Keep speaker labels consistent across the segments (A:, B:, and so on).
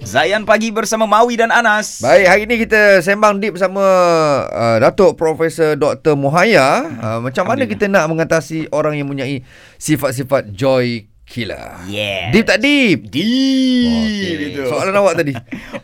A: Zayan Pagi bersama Maui dan Anas.
B: Baik, hari ni kita sembang deep bersama uh, Datuk Profesor Dr. Muhaya. Uh, macam mana kita nak mengatasi orang yang mempunyai sifat-sifat joy killer?
A: Yes.
B: Deep tak deep?
A: Deep.
B: Okey. Soalan awak tadi.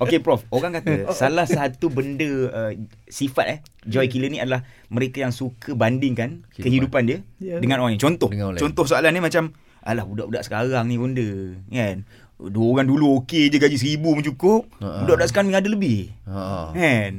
A: Okey Prof, orang kata salah satu benda uh, sifat eh joy killer ni adalah mereka yang suka bandingkan
B: Kehidupan.
A: kehidupan dia
C: Ya.
A: dengan orang lain. Contoh,
B: Dengan orang lain.
A: contoh soalan ni macam alah budak-budak sekarang ni benda kan. Dua orang dulu okey je gaji seribu pun cukup.
B: Ha.
A: Budak-budak sekarang ni ada lebih.
B: Ha.
A: Kan?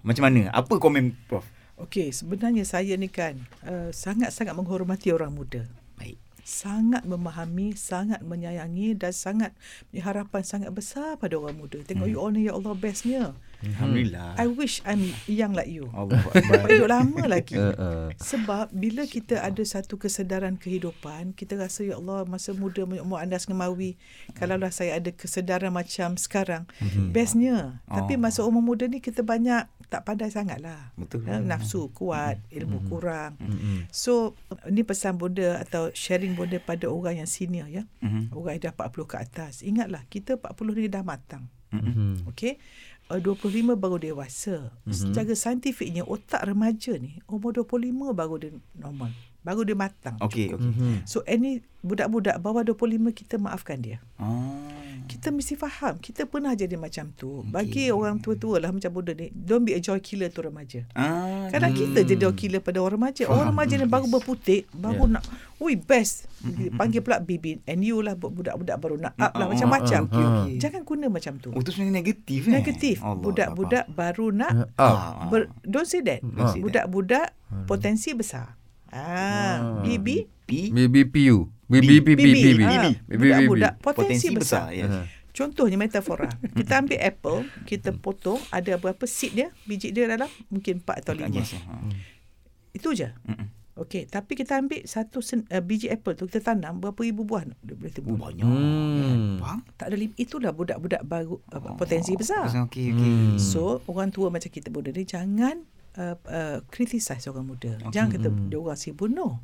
A: Macam mana? Apa komen Prof?
C: Okey, sebenarnya saya ni kan uh, sangat-sangat menghormati orang muda.
A: Baik.
C: Sangat memahami, sangat menyayangi dan sangat punya harapan sangat besar pada orang muda. Tengok hmm. you all ni ya Allah bestnya.
B: Mhm.
A: Alhamdulillah.
C: I wish I'm young like you.
A: Allah
C: Dapat hidup lama lagi.
B: Uh, uh.
C: Sebab bila kita ada satu kesedaran kehidupan, kita rasa ya Allah masa muda umur anda ngemawi, kalaulah saya ada kesedaran macam sekarang, mm-hmm. bestnya.
A: Oh.
C: Oh. Tapi masa umur muda ni kita banyak tak pandai sangat lah.
A: Betul.
C: Ha, nafsu kuat, ilmu mm-hmm. kurang. Mm-hmm. So ni pesan Buddha atau sharing Buddha pada orang yang senior ya.
A: Mhm.
C: Mm-hmm. Orang yang dah 40 ke atas. Ingatlah kita 40 ni dah matang.
A: Mm-mm.
C: Okey. Uh, 25 baru dewasa. Mm-hmm. Secara saintifiknya otak remaja ni umur 25 baru dia normal. Baru dia matang.
A: Okey, okey.
B: Hmm.
C: So any budak-budak bawah 25 kita maafkan dia.
A: Ah.
C: Kita mesti faham kita pernah jadi macam tu. Bagi orang tua-tua lah macam Buddha ni, don't be a joy killer tu remaja.
A: Ah.
C: Kadang hmm. kita jadi orang gila pada orang remaja. Orang remaja ni baru berputik, baru yeah. Hmm, nak, ui best. Panggil pula bibi and you lah buat budak-budak baru nak up
A: Ah,
C: lah macam-macam.
A: ah, ah, okey.
C: Jangan guna macam tu.
A: Oh, tu sebenarnya negatif eh?
C: Negatif.
A: Allah,
C: Budak-budak baru
A: Ah,
C: nak
B: Ah.
A: ah.
C: ber, don't say that. Hmm.
A: Don't say that.
C: Budak-budak potensi besar. Ah, bibi
A: P
B: BBPU. BBPB.
C: bibi. Ah,
B: BBPB.
C: Budak-budak
A: potensi
C: potensi
A: besar.
C: besar. ya.
A: Yes.
B: Ah.
C: Contohnya metafora. Kita ambil apple, kita potong ada berapa seed dia, biji dia dalam mungkin 4 atau 5.
A: Yes.
C: Itu je. Okey, tapi kita ambil satu sen, uh, biji apple tu kita tanam berapa ribu buah nak- dia
A: Oh,
C: boleh tumbuh.
A: banyak.
B: Hmm.
A: Faham?
C: Tak ada lim- itulah budak-budak baru uh, potensi besar.
A: Oh, Okey, okey.
B: Hmm.
C: So, orang tua macam kita muda ni jangan uh, uh, criticize orang muda.
A: Okey. hmm.
C: Okay. Jangan kata dia orang sibuk no.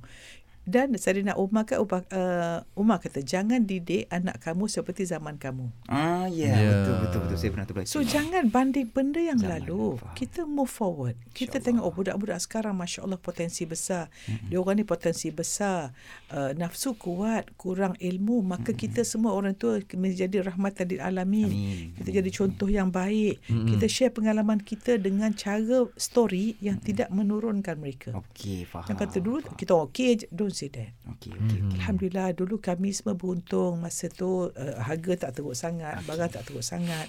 C: Dan Sarina Umar kata, uh, Umar kata jangan didik anak kamu seperti zaman kamu.
A: Ah, ya. Yeah.
B: Ya.
A: Betul, betul, betul. Saya pernah terbaca.
C: So jangan banding benda yang
A: Zaman
C: lalu.
A: faham.
C: Kita move forward. Kita tengok oh budak-budak sekarang masya-Allah potensi besar. Mm-hmm. Dia orang ni potensi besar. Uh, nafsu kuat, kurang ilmu, maka mm-hmm. kita semua orang tua menjadi rahmatan lil alamin.
A: Amin.
C: Kita jadi contoh yang baik. Mm-hmm. Kita share pengalaman kita dengan cara story yang mm-hmm. tidak menurunkan mereka.
A: Okey, Oh, faham.
C: Yang kata dulu kita okey je, don't say that.
A: Okey, okey.
B: Hmm.
A: okey.
C: Alhamdulillah dulu kami semua beruntung masa tu uh, harga tak teruk sangat, barang tak teruk sangat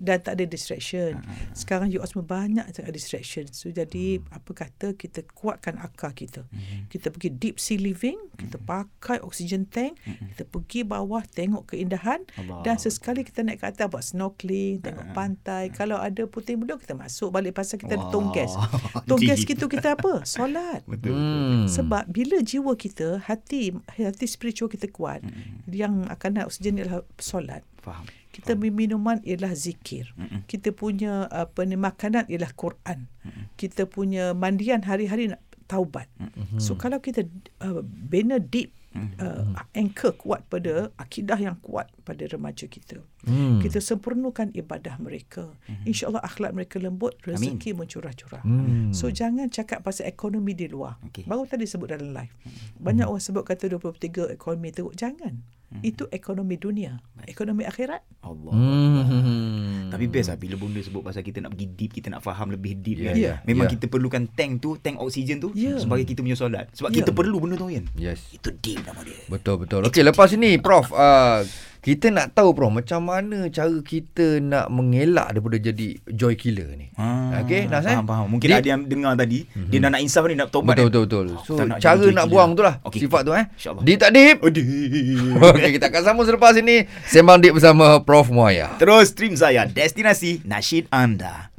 C: dan tak ada distraction.
A: Hmm.
C: Sekarang you all semua banyak sangat distraction. So jadi apa kata kita kuatkan akar kita.
A: Hmm.
C: Kita pergi deep sea living, kita pakai oxygen tank, kita pergi bawah tengok keindahan
A: Hmm. Allah. Hmm.
C: dan sesekali kita naik ke atas buat snorkeling, tengok pantai. Kalau ada puting beliau kita masuk balik pasal kita ada tong gas.
A: Wah.
C: Tong gas
A: Deep.
C: kita kita apa? Solat.
A: Betul.
B: Hmm.
C: Sebab bila jiwa kita, hati hati spiritual kita kuat, mm-hmm. yang akan nak oksigen ialah solat.
A: Faham.
C: Kita minuman ialah zikir. Mm-hmm. Kita punya apa ni makanan ialah Quran. Mm-hmm. Kita punya mandian hari-hari nak taubat. Mm-hmm. So kalau kita uh, bina deep Uh, anchor kuat pada akidah yang kuat pada remaja kita.
B: Hmm.
C: Kita sempurnakan ibadah mereka. InsyaAllah akhlak mereka lembut, rezeki mencurah-curah.
B: Hmm.
C: So jangan cakap pasal ekonomi di luar.
A: Okey.
C: Baru tadi sebut dalam live. Banyak orang sebut kata 23 ekonomi teruk. Jangan. Itu ekonomi dunia. Ekonomi akhirat.
A: Allah.
B: Hmm.
A: Tapi best lah bila bunda sebut pasal kita nak pergi deep, kita nak faham lebih deep kan.
B: Ya, ya,
A: Memang
B: ya.
A: kita perlukan tank tu, tank oksigen tu
C: Ya.
A: sebagai kita punya solat. Sebab
C: Ya.
A: kita perlu benda tu kan.
B: Yes.
A: Itu deep nama dia.
B: Betul betul. Okey lepas ni prof uh, kita nak tahu prof macam mana cara kita nak mengelak daripada jadi joy killer ni.
A: Ah,
B: Okey, Nas eh?
A: faham, faham. Mungkin
B: Dia-
A: ada yang dengar tadi, mm-hmm. dia dah nak insaf ni, nak tobat.
B: Mhm. Betul
A: eh.
B: betul betul.
A: Oh,
B: So
A: tak nak
B: cara
A: jadi
B: nak
A: gila.
B: buang tu lah
A: Okey.
B: sifat tu eh.
A: InsyaAllah.
B: Deep tak deep?
A: Aduh.
B: Okey kita akan sambung selepas ini sembang deep bersama Prof Muaya.
A: Terus stream saya Destinasi Nasyid Anda.